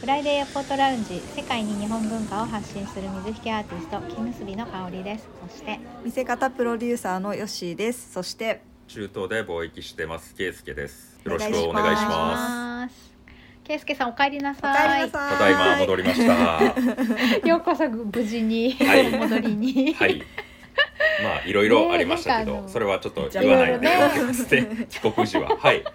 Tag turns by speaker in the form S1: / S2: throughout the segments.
S1: フライデーエポートラウンジ世界に日本文化を発信する水引アーティスト木結びの香りですそして
S2: 見せ方プロデューサーのヨッシーですそして
S3: 中東で貿易してますケイスケですよろしくお願いします
S1: すケイスケさんお帰りな
S2: お帰
S1: さい
S2: りなさい
S3: ただいま戻りましたは
S1: ようこそ無事に、
S3: はい
S1: お戻りに、
S3: いまあいろいろありましたけ
S1: ねえなん
S3: ど
S1: か
S3: それはちょっと言わないで
S1: いろいろね
S3: おきますね帰国時ははい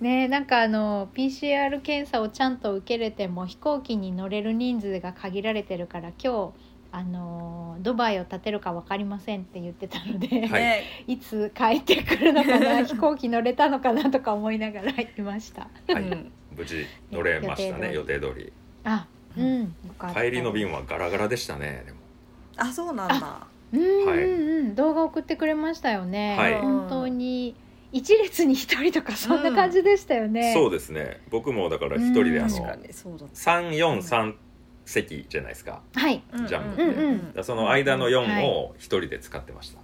S1: ねえなんかあの PCR 検査をちゃんと受けれても飛行機に乗れる人数が限られてるから今日あのドバイを建てるか分かりませんって言ってたので、
S3: はい
S2: ね
S1: い、つ帰ってくるのか な飛行機乗れたのかなとか思いながらいました
S3: は
S2: う
S3: い
S2: ん
S3: 無事乗れましたね
S1: 予
S3: 予定通り
S1: あうんよかった
S3: 帰りの便はガラガラでしたねでも
S2: あそうなんだ
S1: うんうん
S3: はい
S1: うん、動画送ってくれましたよね、
S3: はい
S1: 本当に一列に一人とかそんな感じでしたよね、
S3: そうですね僕もだから一人であ
S1: うん
S2: 確か
S3: の
S2: にそうだ
S3: 343席じゃないですか
S1: はい
S3: ジャン
S1: プうんうん
S3: だからその間の4を一人で使ってました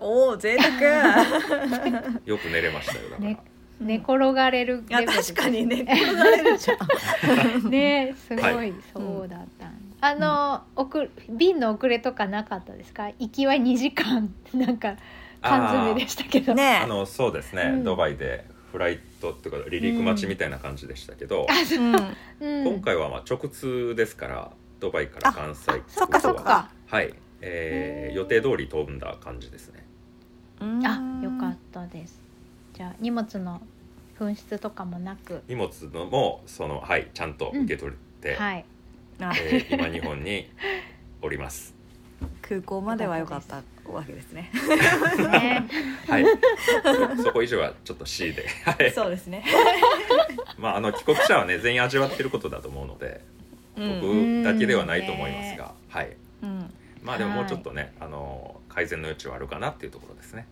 S2: おお贅沢
S3: よく寝れましたよだから
S1: ね寝転がれる
S2: いや
S1: レベルです
S2: 確かにね転がれるじゃ ん
S1: ねすごい、
S3: は
S1: そうだったんだ、あの送便の遅れとかなかったですか行きは2時間 なんか缶詰でしたけど
S2: ね
S3: あのそうですね、
S1: うん
S3: ドバイでフライトっていうか離陸待ちみたいな感じでしたけど、
S2: うん
S1: うん、
S3: 今回はまあ直通ですからドバイから関西
S1: あそっかそっか
S3: はい、え
S1: う
S3: ー、
S1: ん
S3: 予定通り飛んだ感じですね
S2: うん
S1: あよかったですじゃあ荷物の紛失とかもなく
S3: 荷物のもそのはいちゃんと受け取って、
S1: はい
S2: あ
S3: えー今日本にお ります
S2: 空港までは良かったわけですね
S1: ね
S3: はいそそこ以上はちょっと C で、 はい、
S2: そうですね
S3: まああの帰国者はね全員味わってることだと思うので
S2: うん
S3: 僕だけではないと思いますが、はい
S2: うん
S3: まあでももうちょっとね、あの改善の余地はあるかなっていうところですね。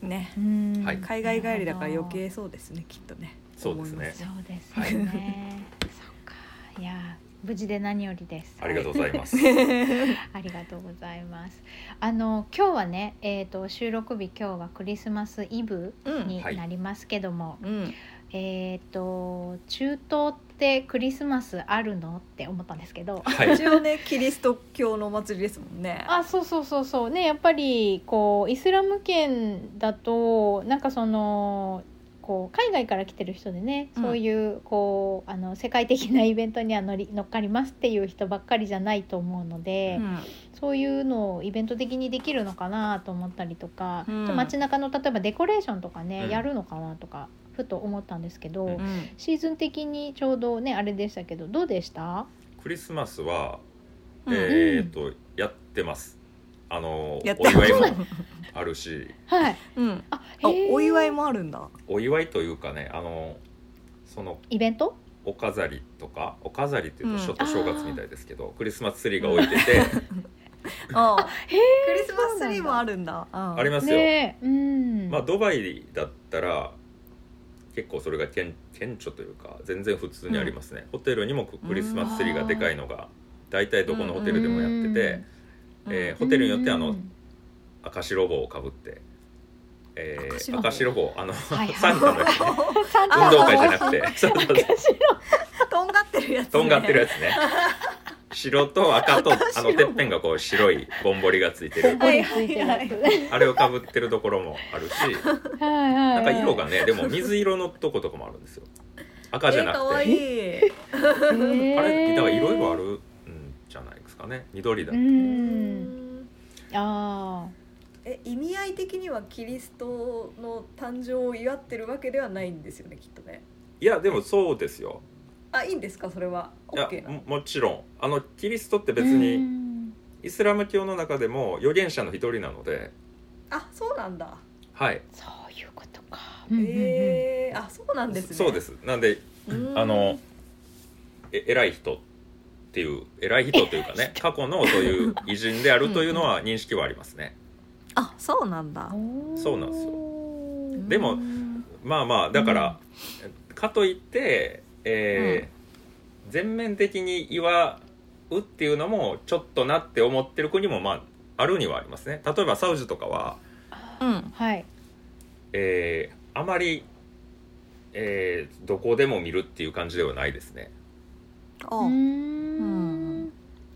S2: ね
S1: うん
S3: はい
S2: 海外帰りだから余計そうですねきっとね
S3: そうですね
S1: そうですよねそっかいやー無事で何よりです
S3: ありがとうございます。
S2: 思い
S3: は
S2: ます
S1: ありがとうございます。あの今日はね、えっ、と収録日今日はクリスマスイブ
S2: うん
S1: になりますけども、
S2: うん
S1: えっ、と中東ってクリスマスあるのって思ったんですけど、
S3: い。
S2: 一応ねキリスト教のお祭りですもんね
S1: あ、そうそうそうそうね、やっぱりこうイスラム圏だとなんかその。こう海外から来てる人でね、
S2: うん
S1: そういうこうあの世界的なイベントには乗り乗っかりますっていう人ばっかりじゃないと思うので、
S2: うん
S1: そういうのをイベント的にできるのかなと思ったりとか、
S2: うん
S1: ちょっと街中の例えばデコレーションとかね、
S3: うん
S1: やるのかなとかふと思ったんですけど、
S3: うん
S2: うん
S1: シーズン的にちょうどねあれでしたけどどうでした
S3: クリスマスは、
S2: うん
S3: えーっとやってます。あの
S2: やって
S3: お祝い
S2: そうな
S3: もあるし、
S1: はい
S2: うん
S1: あ
S2: あ
S1: へー
S2: お祝いもあるん だ
S3: お祝いというかね、あのその
S1: イベント
S3: お飾りとか、お飾りっていう
S2: う
S3: と
S2: ん
S3: ちょっと正月みたいですけど、クリスマスツリーが置いてて
S2: あ
S1: へえ
S2: クリスマスツリーもあるんだあ
S3: ありますよ。
S1: ねえうん、
S3: まあドバイだったら。結構それが顕顕著というか全然普通にありますね、ホテルにもククリスマスツリーがでかいのが大体どこのホテルでもやってて、えーホテルによってあの
S1: うん
S3: 赤白帽をかぶって、え
S2: 赤白
S3: ー
S2: 帽
S3: 赤白帽あの、
S1: はいはい
S3: サンタのやつね
S1: サンタ
S3: 運動会じゃなくて
S1: 赤
S3: そうそうそう
S1: 白
S2: とんがってるやつ、ね、
S3: とんがってるやつね白と赤とあのてっぺんがこう白いぼんぼりがついてる
S1: ボリついてるやつ
S3: あれをかぶってるところもあるし
S1: はいはいは
S3: ないんか色がねでも水色のとことかもあるんですよ赤じゃな
S2: えー、かわ
S3: く
S2: い
S3: て、
S2: い
S1: へえ
S3: あれだからいろいろあるんじゃないですかね緑だ、
S1: う
S2: うんん
S1: あ
S2: え意味合い的にはキリストの誕生を祝ってるわけではないんですよねきっとね
S3: いやでもそうですよ
S2: あいいんですかそれはい
S3: や
S2: OK なの
S3: ももちろんあのキリストって
S1: ー
S3: 別
S1: う
S3: に
S1: ん
S3: イスラム教の中でも預言者の一人なので
S2: あそうなんだ、
S3: はい
S1: そういうことか、うんうんうん
S2: えー、あそうなんですね
S3: そうですすなんであのえ偉い人っていう偉い人というかね過去のそういう偉人であるというのは認識はありますね
S2: あそうなんだ
S3: そうなんですよ
S1: よ
S3: でもまあまあだから、かといって、えー全面的に祝うっていうのもちょっとなって思ってる国もまああるにはありますね例えばサウジとかは、
S2: うん
S1: はい
S3: えーあまりえーどこでも見るっていう感じではないですね
S1: うーん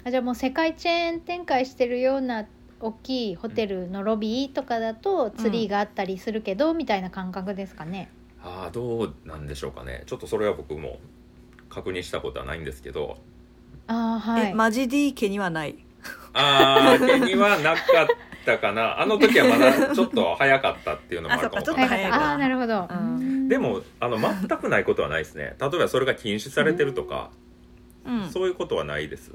S1: あじゃあもう世界チェーン展開してるような大きいホテルのロビーとかだとツリーがあったりするけど、みたいな感覚ですかね。
S3: ああどうなんでしょうかねちょっとそれは僕も確認したことはないんですけど
S1: あーは
S2: え
S1: い、
S2: マジ D 家にはない
S3: ああ手にはなかったかなあの時はまだちょっと早かったっていうのもあるかも
S2: あそ
S3: わ
S2: っ
S3: か
S1: は
S3: ん
S1: いはいい、
S2: か早
S3: な
S2: い
S1: ああーなるほど。
S2: うん
S1: うん
S3: でもあの全くないことはないですね例えばそれが禁止されてるとか、
S2: うん
S3: そういうことはないです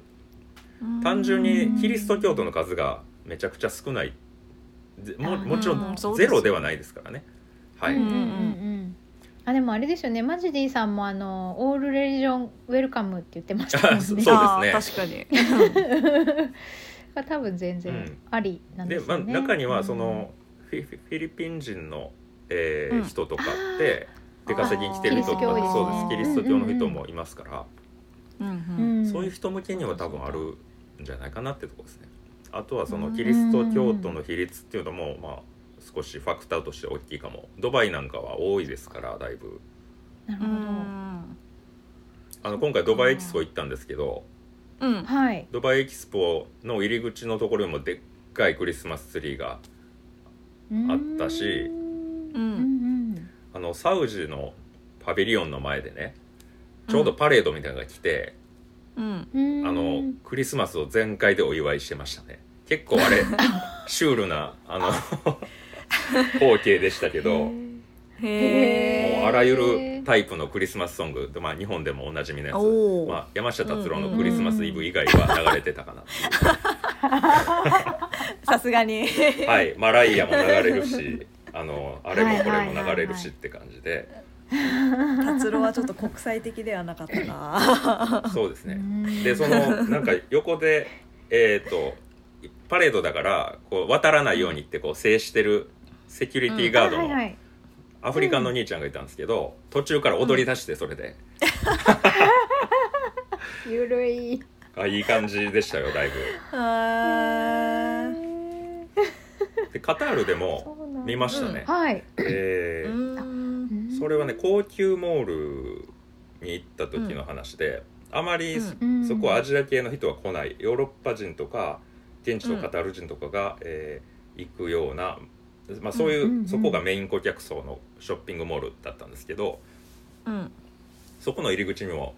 S3: 単純にキリスト教徒の数がめちゃくちゃ少ないぜも
S1: あー
S3: もちろ
S1: うん
S3: ん
S2: そうで
S3: ゼ
S2: すよ
S3: ロではないですからねはい、
S1: うんうんうんうんあでもあれですよねマジディさんもあのオールレリジョンウェルカムって言ってましたもん
S3: あそ
S1: ね
S3: う
S2: あー
S3: です
S2: 確かに
S1: が 多分全然ありなん
S3: で
S1: ですよね、
S3: まあ、中にはその、フィフィフィリピン人の、えー
S2: うん
S3: 人とかって
S2: あー
S3: 出稼ぎに来てる人とか
S1: キリスト教多いですね
S3: そうですキリスト教の人もいますから、
S2: うんう
S1: うんん、
S3: そういう
S1: 人
S3: 人向けには多分あるんじゃないかなってとこですね。あとはその
S2: うん
S3: キリスト教徒の比率っていうのも、まあ少しファクターとして大きいかもドバイなんかは多いですからだいぶ
S1: なるほ
S2: う
S1: ど、
S2: ん
S3: あの今回ドバイエキスポ行ったんですけど
S2: うん
S1: はい
S3: ドバイエキスポの入り口のところにもでっかいクリスマスツリーがあったし
S1: うん
S2: う
S1: うんん
S3: あのサウジのパビリオンの前でねちょうどパレードみたいなのが来て、
S2: うん
S1: うん
S3: あのクリスマスを全開でお祝いしてましたね結構 あれシュールなあの光景でしたけどもう
S1: へー
S3: あらゆるタイプのクリスマスソング、まあ、日本でもおなじみのやつ、
S2: おお、
S3: まあ、山下達郎の「クリスマスイブ」以外は流れて たかな、
S2: さすがに
S3: はいマライアも流れるしあのあれもこれも流れるしって感じで
S2: 達郎はちょっと国際的ではなかった な
S3: そうですね
S1: うん
S3: でそのなんか横でえっ、とパレードだからこう渡らないようにってこう制してるセキュリティガー ド
S1: あはいは
S3: の
S1: い
S3: アフリカンの兄ちゃんがいたんですけど途中から踊り出してそれで、
S1: ゆるい
S3: あいい感じでしたよだいぶ
S2: あー
S1: へ
S3: でカタールでも
S1: ー
S3: 見まし
S1: そ
S3: たね
S1: うなんだはい
S3: え
S2: う
S3: ー
S2: ん
S3: それはね高級モールに行った時の話で、あまりそ,、
S1: うん
S3: こはアジア系の人は来ないヨーロッパ人とか現地のカタール人とかが、えー行くような、まあ、そういう、
S1: うんうんうん
S3: そこがメイン顧客層のショッピングモールだったんですけど
S2: うん
S3: そこの入り口にも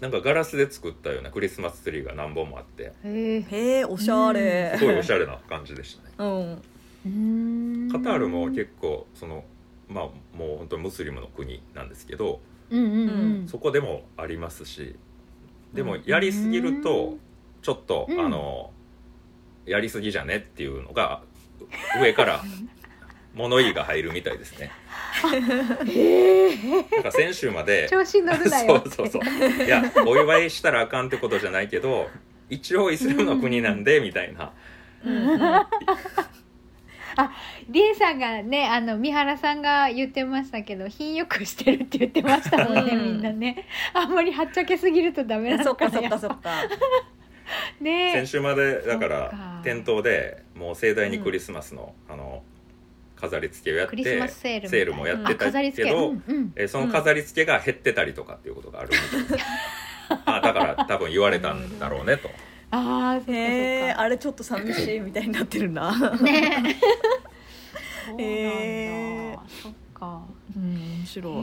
S3: なんかガラスで作ったようなクリスマスツリーが何本もあって
S1: へえ
S2: へえおしゃれ
S3: すごいおしゃれな感じでしたね。
S2: うん
S1: うん
S3: カタールも結構そのまあもう本当にムスリムの国なんですけど、
S1: うんうんうん
S3: そこでもありますしでも
S2: うん
S3: やりすぎる
S1: う
S3: と
S1: ん
S3: ちょっと、
S1: うん
S3: あのやりすぎじゃねっていうのがう上から物言いが入るみたいですね
S1: へえ
S3: なんか先週まで
S1: 調子乗るなよって
S3: そうそうそういやお祝いしたらあかんってことじゃないけど一応イスラムの国なんでみたいな、
S2: うん
S1: リエさんがねあの三原さんが言ってましたけど品よくしてるって言ってましたもんね、
S2: うん
S1: みんなねあんまりはっちゃけすぎるとダメな
S2: そ
S1: の
S2: っ
S1: かな
S2: かそっかそっか
S1: ね
S3: 先週までだか
S1: そっから
S3: 店頭でもう盛大にクリスマスの,、あの飾り付けをやっ
S1: クリ
S3: て
S1: スマスセールみたいな
S3: セールもやって
S1: あ飾
S3: た
S1: り
S3: け
S1: 付け、う
S3: ど、
S1: んうん、
S3: えーその飾り付けが減ってたりとかっていうことがあるみたいです、あだから多分言われたんだろうねと
S1: ああそっかそっか
S2: へえあれちょっと寂しいみたいになってるな
S1: ね
S2: へえ
S1: そうなんだそっか
S2: うん面
S1: へ
S2: 白い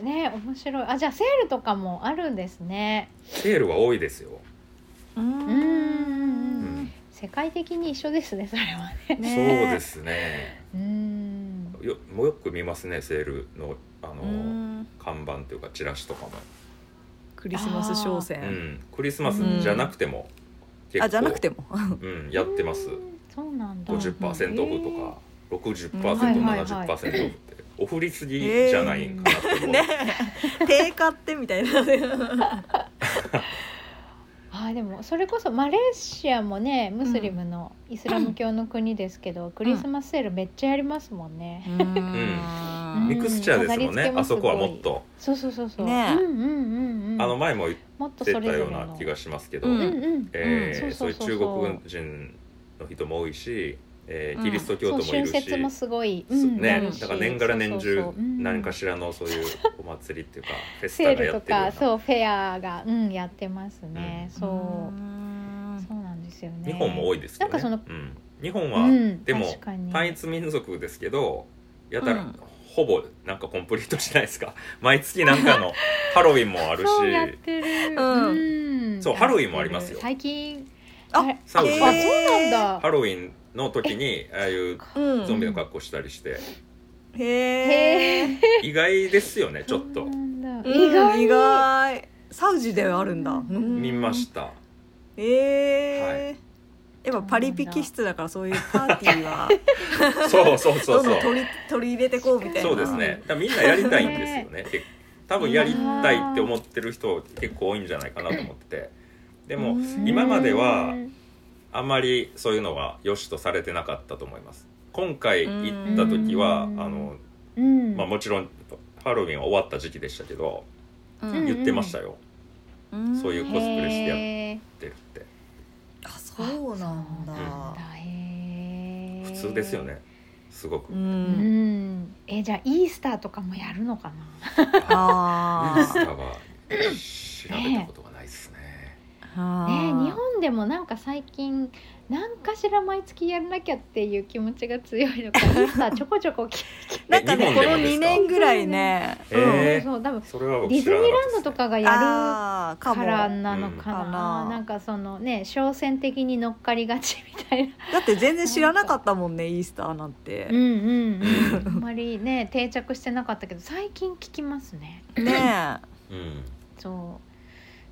S1: えね面白いあじゃあセールとかもあるんですね
S3: セールは多いですよ、
S2: う
S1: うんん世界的に一緒ですねそれはね
S2: そう
S3: そうですすね
S1: うん
S3: よもうよく見ますねセールのあの、
S2: うん
S3: 看板というかチラシとかも、
S2: クリスマス商戦
S3: う、ん、クリスマスじゃなくても、結構
S2: あじゃなくても
S3: うん、やってます
S1: うんそうなんだ
S3: 50%オフとか、60%、
S2: うんはい
S1: はいはい
S3: 70%オフってお振りすぎじゃないんかなって思う、
S2: ねえ定価ってみたいなね
S1: あーでもそれこそマレーシアもねムスリムのイスラム教の国ですけど、クリスマスセールめっちゃやりますもんね、
S2: うん
S3: ミクスチャーで
S1: 飾
S3: すもん
S1: り付け
S3: ね
S1: も
S3: あ
S1: すご
S3: そ
S1: い
S3: こはもっと、
S1: そうそうそうそう、
S2: ね
S1: うん
S2: え
S1: うんうんうん
S3: あの前も言っ
S1: もっと
S3: て
S1: そ
S3: た
S1: れぞれ
S3: よう
S1: の
S3: な気がしますけど、
S1: うんうん
S3: えー
S1: そ
S3: そうう
S1: い
S3: いうう
S1: 中
S3: 中
S1: 国
S3: 国人の人も多いし、えー
S2: うん
S3: キリスト教
S1: そう
S3: 徒もいる
S1: 春
S3: し、
S1: 節もすごい、
S3: そう
S1: あ
S3: ね
S1: るし
S3: だから年がら年
S1: そう
S3: 中
S1: そうそううん
S3: 何かしらのそういうお祭りっていう かフェス
S1: セ
S3: タ
S1: ー
S3: が
S1: ル
S3: や
S1: と
S3: ってるよう
S1: か
S3: な
S1: そうフェアが、うん、やってますね、
S2: うん
S1: そうう、
S2: ん
S1: そうなんですよね
S3: 日本も多
S1: い
S3: いですけど、ね、
S1: なんかその
S3: うん、日本
S1: わ、
S3: は、
S1: うん、
S3: でも
S1: 確かに
S3: 単一民族ですけどやたら、
S2: うん
S3: ほぼなんかコンプリートしないですか 毎月なん かのハロウィンもあるし
S1: そうやってる、
S2: うん
S1: ん
S3: そう
S1: やって
S3: ハロウィンもありますよ
S1: 最近
S2: あ
S1: れ
S3: サウジ
S1: あ
S3: で
S1: そう
S2: へ
S1: なんだ
S3: ハロウィンの時にああいう
S2: うん
S3: ゾンビの格好したりして
S2: へえ
S3: 意外ですよねちょっ
S1: そ
S3: と
S1: うなんだ
S2: 意
S1: 意
S2: 外
S1: 外
S2: 意外サウジであるんだ、うん
S3: 見ました
S2: えーやっぱパリピ気質だからそういうパーティーは
S3: そうそう そ
S2: ど
S3: う
S2: ん
S3: そ
S2: どん
S3: う
S2: 取り取り入れてこうみたいな
S3: そうですねだからみんなやりたいんですよね結多分やりたいって思ってる人結構多いんじゃないかなと思っててで
S2: で
S3: も今まではあんまりそういうのは良しとされてなかったと思います今回行った時はあ
S1: うん
S3: の、
S1: うん
S3: まあ、もちろんハロウィンは終わった時期でしたけど
S1: うん
S3: 言ってましたよそういうコスプレしてやっ
S1: へー
S3: 出るって
S2: あそうなんだ
S1: あへー
S3: 普通ですよねすご
S2: う
S3: く
S1: う
S3: イ
S1: んんえじゃあイースターとかもやるのかな
S3: ー
S2: あ
S3: スタ
S2: ー
S3: は調べたことがないですね
S2: あ
S1: ねえ
S2: ー
S1: 日本でもなんか最近何かしら毎月やらなきゃっていう気持ちが強いのかイースターちょこちょこき
S2: なんか
S3: え
S2: ね
S3: 日
S2: こ
S3: 本で
S2: の
S3: もです
S2: 2
S3: か
S2: 年ぐらいね、
S3: へーえ
S1: そうそう多分
S3: それは
S1: デ
S3: 僕
S1: ィ
S3: 知
S1: ズニ
S3: ら
S1: ー
S3: な
S1: ランド
S3: か
S1: と
S3: った
S1: かが
S2: うん、
S1: やる
S2: あーか
S1: か
S2: も
S1: らなのかな
S2: うんかな
S1: なんかそのね商戦的に乗っかりがちみたいな
S2: だって全然知らなかったもんねイースターなんて
S1: うん、うん
S3: う
S1: うんんあんまりね定着してなかったけど最近聞きますね
S2: ねえ
S3: ですね
S1: そう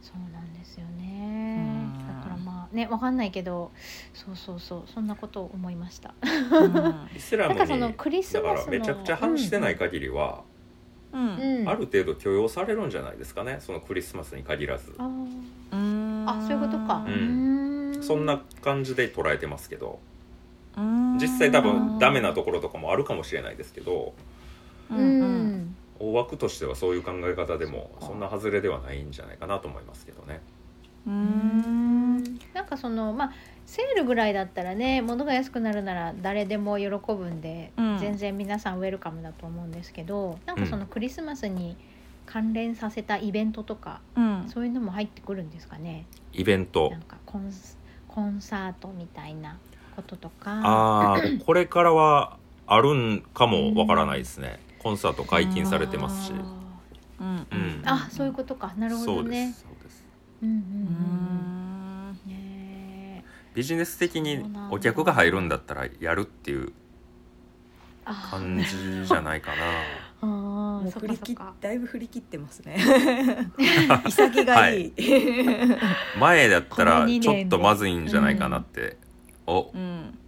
S1: そうなんですよね
S2: うん
S1: だからまあねわかんないけどそうそうそうそんなことを思いました
S2: うん
S3: うんイスラ
S1: な
S3: ム
S1: ん
S3: に
S1: かそのクリス
S3: だか
S1: マ
S3: ら
S1: スの
S3: めちゃくちゃ反してない限りは、
S2: うん
S1: うん、
S3: ある程度許容されるんじゃないですかねそのクリスマスに限らず
S1: あ
S2: うん
S1: ーあそういうことか、
S3: う
S1: うー
S3: そんな感じで捉えてますけど
S2: うん
S3: 実際多分ダメなところとかもあるかもしれないですけど
S1: う、
S2: うんん
S3: 大枠としてはそういう考え方でも
S2: そうか
S3: そんな外れではないんじゃないかなと思いますけどね。
S2: う
S1: うんなんかそのまあセールぐらいだったらね物が安くなるなら誰でも喜ぶんで、
S2: うん
S1: 全然皆さんウェルカムだと思うんですけどなんかそのクリスマスに関連させたイベントとか、
S2: うん
S1: そういうのも入ってくるんですかね
S3: イベント
S1: なんかコンスコンサートみたいなこととか
S3: あーこれからはあるんかもわからないですねコンサート解禁されてますし
S1: あー
S2: うん
S3: うん
S1: あそういうことかなるほ
S3: そ
S1: ど
S3: うで
S1: ね
S3: すそうです
S1: うんうん
S2: う
S1: うんうん
S2: ん
S1: ねえ
S3: ビジネス的にお客が入るんだったらやるっていう
S1: あー
S3: 感じじゃないか な
S1: あ
S2: も
S1: ー
S2: う
S1: そっ
S2: 振
S1: か
S2: り
S1: そ
S2: 切
S1: っ
S2: っ
S1: か
S2: だいぶ振り切ってま すね潔がいい、
S3: 前だった
S1: こ
S3: ら
S1: の二
S3: ちょっ
S1: 年
S3: とまずいんじゃないかなって、お
S2: うん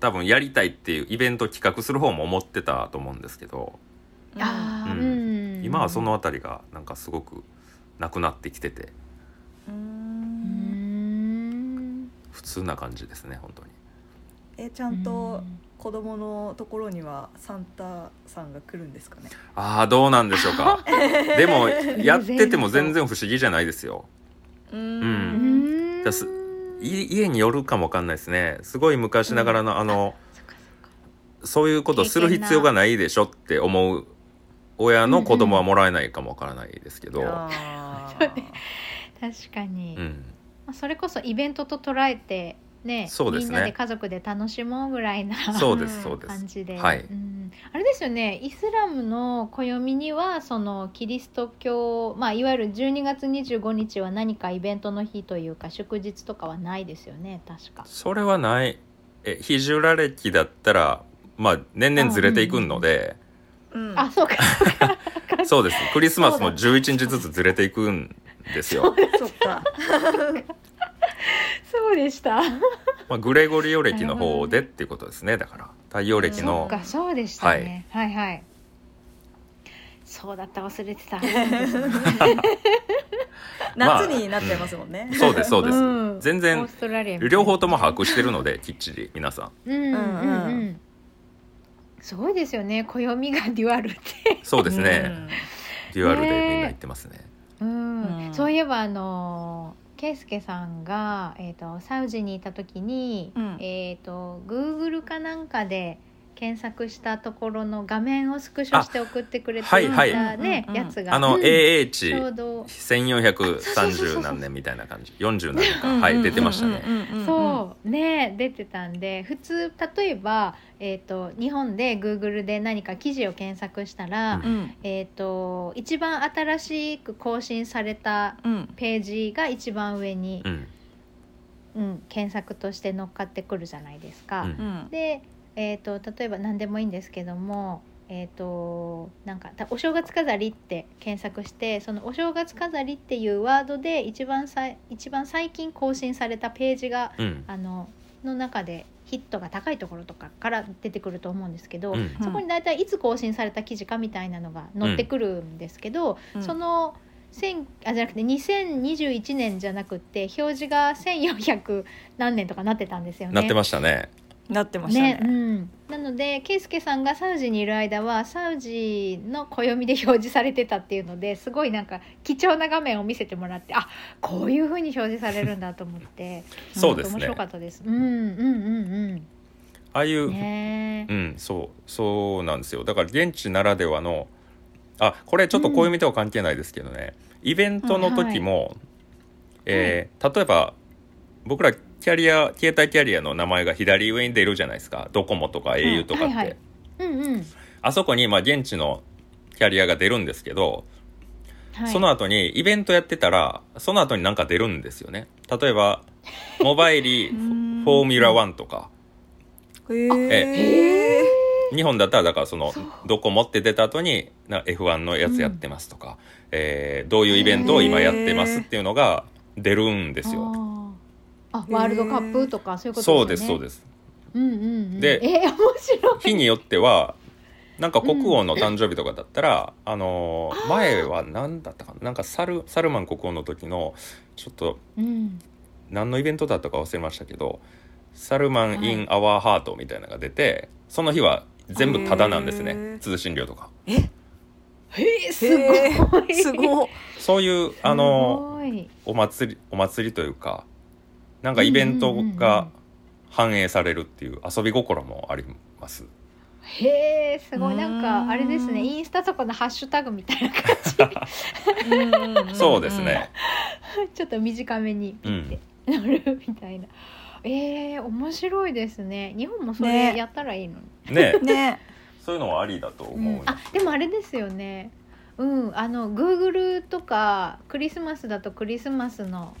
S3: 多分やりたいっていうイベント企画する方も思ってたと思うんですけど
S1: あー
S3: う
S1: うんん、
S3: 今はそのあたりがなんかすごくなくなってきてて
S1: う
S2: う
S1: んん
S3: 普通な感じですね本当に
S2: えちゃんと子供のところにはサンタさんが来るんですかね
S3: ああどうなんでしょ うかでもやってても全然不思議じゃないですよ
S2: う
S1: うんん
S3: だすい家によるかもわかんないですねすごい昔ながらの、あの
S1: そっかそっか
S3: そういうことする必要がないでしょって思う親の子供はもらえないかもわからないですけど、うん
S2: あ
S1: そうね確かに、まあ、それこそイベントと捉えてね
S3: そうですね
S1: みんなで家族で楽しもうぐらいな
S3: そうですそうです
S1: 感じで、
S3: はい
S1: うん、あれですよねイスラムの暦にはそのキリスト教、まあ、いわゆる12月25日は何かイベントの日というか祝日とかはないですよね確か。
S3: それはないえヒジュラ暦だったらまあ年々ずれていくので、
S2: うん
S1: あそうかそうか
S3: そうです クリスマスも
S1: そう
S3: 11日ずつずれていくんですよ、
S2: そっ か
S1: そうでした。
S3: まあ、グレゴリオ暦の方でっていうことですねだから太陽暦
S1: そ
S3: の
S1: っかそうでしたね、はい、はいそうだった忘れて た
S2: 夏になっちゃいますもんね、
S3: そうですそうです、
S1: うん
S3: 全
S1: オー
S3: 然
S1: ストラリアみたいな
S3: 両方とも把握してるのできっちり皆さん
S1: うんうんうん、
S2: うんう
S1: すごいですよね暦がデュアルって、
S3: そうですね、デュアルでみんな言ってますね
S1: うん
S2: うん
S1: そういえばあのケイスケさんが、えー、とサウジにいた時に、
S2: うん
S1: えっ、と Google かなんかで検索したところの画面をスクショして送ってくれて
S3: はい
S1: い
S3: はい
S1: たね
S2: うんうんうん
S1: やつが
S3: あの、
S1: うんちょう
S3: AH
S1: どそうそうそうそ
S3: 1430
S1: う
S3: 何年みたいな感じ40何年かはい出てましたね
S1: そうね出てたんで普通例えば、えー、と日本で Google で何か記事を検索したら、
S3: うん
S2: うん
S1: えー、と一番新しく更新された
S2: うん
S1: ページが一番上に
S3: う、ん
S1: うん検索として乗っかってくるじゃないですか。
S3: うん
S2: うん
S1: で、えー、と例えば何でもいいんですけども、えー、となんかたお正月飾りって検索してそのお正月飾りっていうワードで一番さい一番最近更新されたページが
S3: うん
S1: あのの中でヒットが高いところとかから出てくると思うんですけど、
S3: うん
S1: そこに大体いつ更新された記事かみたいなのが載ってくるんですけど、
S2: うん
S1: その千あじゃなくて2021年じゃなくて表示が1400何年とかなってたんですよね。
S3: なってましたね
S2: なってましたね
S1: うん、なので圭介さんがサウジにいる間はサウジの暦で表示されてたっていうのですごいなんか貴重な画面を見せてもらってあこういうふうに表示されるんだと思って。
S3: そうです
S1: 面
S3: ね
S1: 白かったです。うんうんうん
S3: ああい
S1: うん。
S3: う
S1: ね
S3: う
S1: え。
S3: ん、そうそうなんですよだから現地ならではのあこれちょっとこういう見とは関係ないですけどね、イベントの時も、えー例えば僕らキャリア携帯キャリアの名前が左上に出るじゃないですかドコモとか au とかって、
S1: はいはいうんうん。
S3: あそこにまあ現地のキャリアが出るんですけど、
S1: はい、
S3: その後にイベントやってたらその後になんか出るんですよね例えばモバイリ
S2: う
S3: フ
S2: ん
S3: ォーミュラ1とか
S2: へえ
S3: 日本だったらだからその
S1: そう
S3: どこ持って出た後にな F1 のやつやってますとか、えーどういうイベントを今やってますっていうのが出るんですよ。
S1: あー。あ、ワールドカップとかそういうこ
S3: そ
S1: と
S3: うですそう
S1: す
S3: です。
S1: よね。うんうんうん。
S3: で
S1: えー、面白い。
S3: 日によってはなんか国王の誕生日とかだったら、あのー前は何だったかななんかサルサルマン国王の時のちょっと
S1: うん。
S3: 何のイベントだったか忘れましたけど「サルマン・イン・アワー・ハート」みたいなのが出てその日は全部タダなんです
S2: へ
S3: ね
S2: ー
S3: 通信料とか。
S1: えー、すごい。
S2: すごい
S3: そういうあのー
S1: すごい
S3: お祭りお祭りというかなんかイベント
S1: うんうんうんうん
S3: が反映されるっていう遊び心もあります。
S1: へえすごいなんかあれですねインスタとかのハッシュタグみたいな感
S3: そうですね。
S1: じちょっと短め に
S3: う
S1: ピッ
S3: ん
S1: て、なるみたいなえー、面白いですね日本もそれ
S2: ね
S1: やったらいいのに、
S3: ね
S2: ね
S3: そういうのはありだと
S1: う
S3: 思う、
S1: ん、あでもあれですよねうんあの Google とかクリスマスだとクリスマスの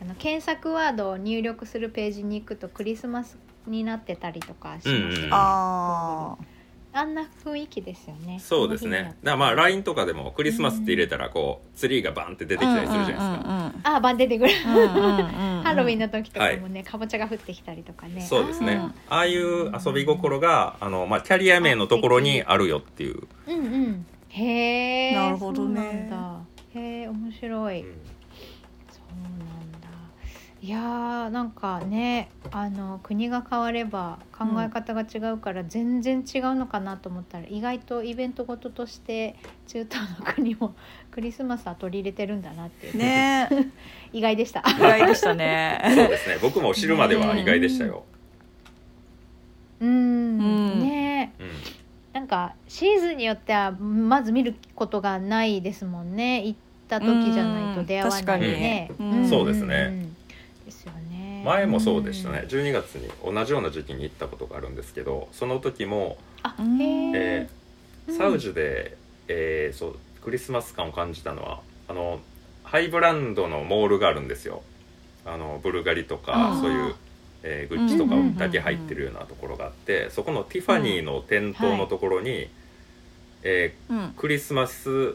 S1: あの検索ワードを入力するページに行くとクリスマスになってたりとかしますよね、
S3: うんうん
S1: あ
S2: あ
S1: んな雰囲気ですよね
S3: そうですね。だからまあ LINE とかでもクリスマスって入れたらこうツリーがバンって出
S2: ー
S3: てきたりするじゃないですか。
S1: あバン出てくる
S2: ハ
S1: ハロウィンの時とかもね、かぼちゃが降ってきたりとかね
S3: そうですね
S2: うん。
S3: ああいう遊び心があのまあキャリア名のところにあるよっていう。
S1: あーうんうんへえ
S2: なるほどね
S1: そうなんだへえ面白い、
S3: うん
S1: そうなんだ。いやーなんかねあの国が変われば考え方が違うから全然違うのかなと思ったら、意外とイベントごととして中東の国も クリスマスは取り入れてるんだなっていう、
S2: ね
S1: 意外でした。
S2: 意外でした
S3: そう
S2: ね
S3: ですね。僕も知るまでは意外でしたよ。
S1: うーん
S2: うん
S1: ね
S3: うん。
S1: なんかシーズンによってはまず見ることがないですもんね行った時じゃないと出会わないね
S2: うん確かにうん
S1: ん
S3: そうですね
S1: んですよね
S3: 前もそうでしたね、12月に同じような時期に行ったことがあるんですけどその時も、
S1: あ
S2: うん
S1: へ
S3: え
S1: えう
S3: ー
S1: ん
S3: サウジで、えーそうクリスマス感を感じたのはあのハイブランドのモールがあるんですよあのブルガリと
S2: あ
S3: か
S2: ー
S3: そういう、えーグッチとか
S1: うんうんうんうん
S3: だけ入ってるようなところがあってそこのティファニーの店頭のところに、え
S2: うん
S3: ークリスマス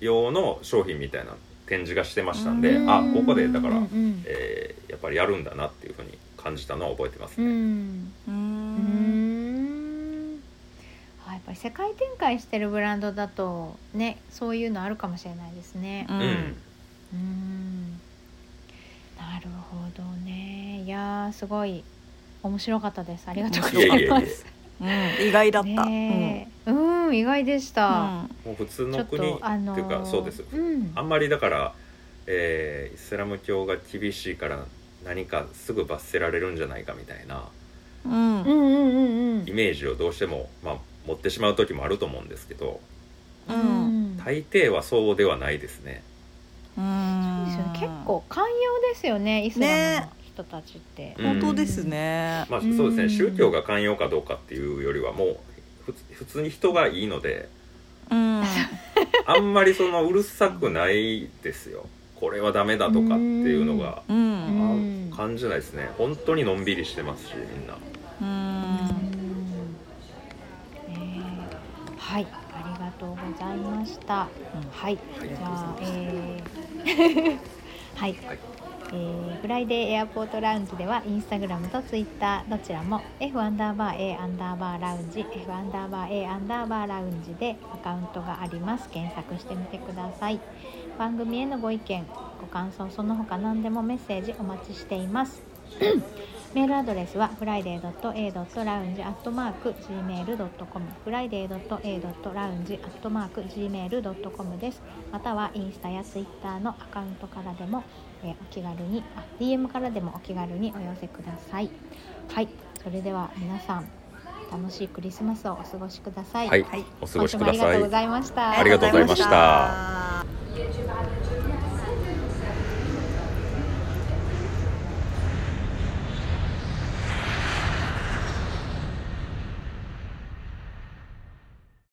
S3: 用の商品みたいな展示がしてましたんで
S2: うん
S3: あここでだから
S1: うんうん
S3: えーやっぱりやるんだなっていうふうに感じたのは覚えてます
S1: う
S3: ね。
S1: んう
S2: う
S1: んんあやっぱり世界展開してるブランドだとねそういうのあるかもしれないですね。
S2: う ん
S3: うん
S1: うーんなるほどねいやーすごい面白かったですありがとうございま
S3: いえいえいえ
S1: す
S2: 意外だった
S1: ねえうん、意外でした、
S3: もう普通
S1: ちょ
S3: の
S1: っ
S3: 国
S1: とあの
S3: っていうかそうです
S1: うん
S3: あんまりだから、えーイスラム教が厳しいから何かすぐ罰せられるんじゃないかみたいな
S4: うん
S1: うんうんうん
S3: イメージをどうしても、まあ、持ってしまう時もあると思うんですけど
S1: う
S4: うん
S1: ん。そう
S3: 大抵はそうではないですね
S4: うん
S1: ですよね結構寛容ですよねイスラムの人たちって。
S3: ね
S4: 本当ですね
S3: まあ、
S1: う
S3: そうんですね宗教が寛容かどうかっていうよりはもうふつ普通に人がいいので
S4: うん
S3: あんまりそのうるさくないですよこれはダメだとかっていうのが
S4: うん
S3: あ
S1: うん
S3: 感じないですね本当にのんびりしてますしみんな
S4: うん
S1: えーはい、ありがとうございました。はい、
S3: は
S1: じ
S3: い
S1: ゃあ、えー はい、
S3: はい
S1: えーフライデーエアポートラウンジではインスタグラムとツイッターどちらも F アンダーバー A アンダーバーラウンジ F アンダーバー A アンダーバーラウンジでアカウントがあります検索してみてください番組へのご意見ご感想その他何でもメッセージお待ちしていますメールアドレスは friday.a.lounge.gmail.com friday.a.lounge.gmail.com ですまたはインスタやツイッターのアカウントからでも、えーお気軽にあ DM からでもお気軽にお寄せくださいはいそれでは皆さん楽しいクリスマスをお過ごしください、
S3: はい
S2: はい
S3: お過ご
S1: 今
S3: し
S1: 週
S3: く
S1: もあ
S3: だ
S1: りが
S3: さ
S1: とう
S3: い
S1: ございました
S3: ありがとうございました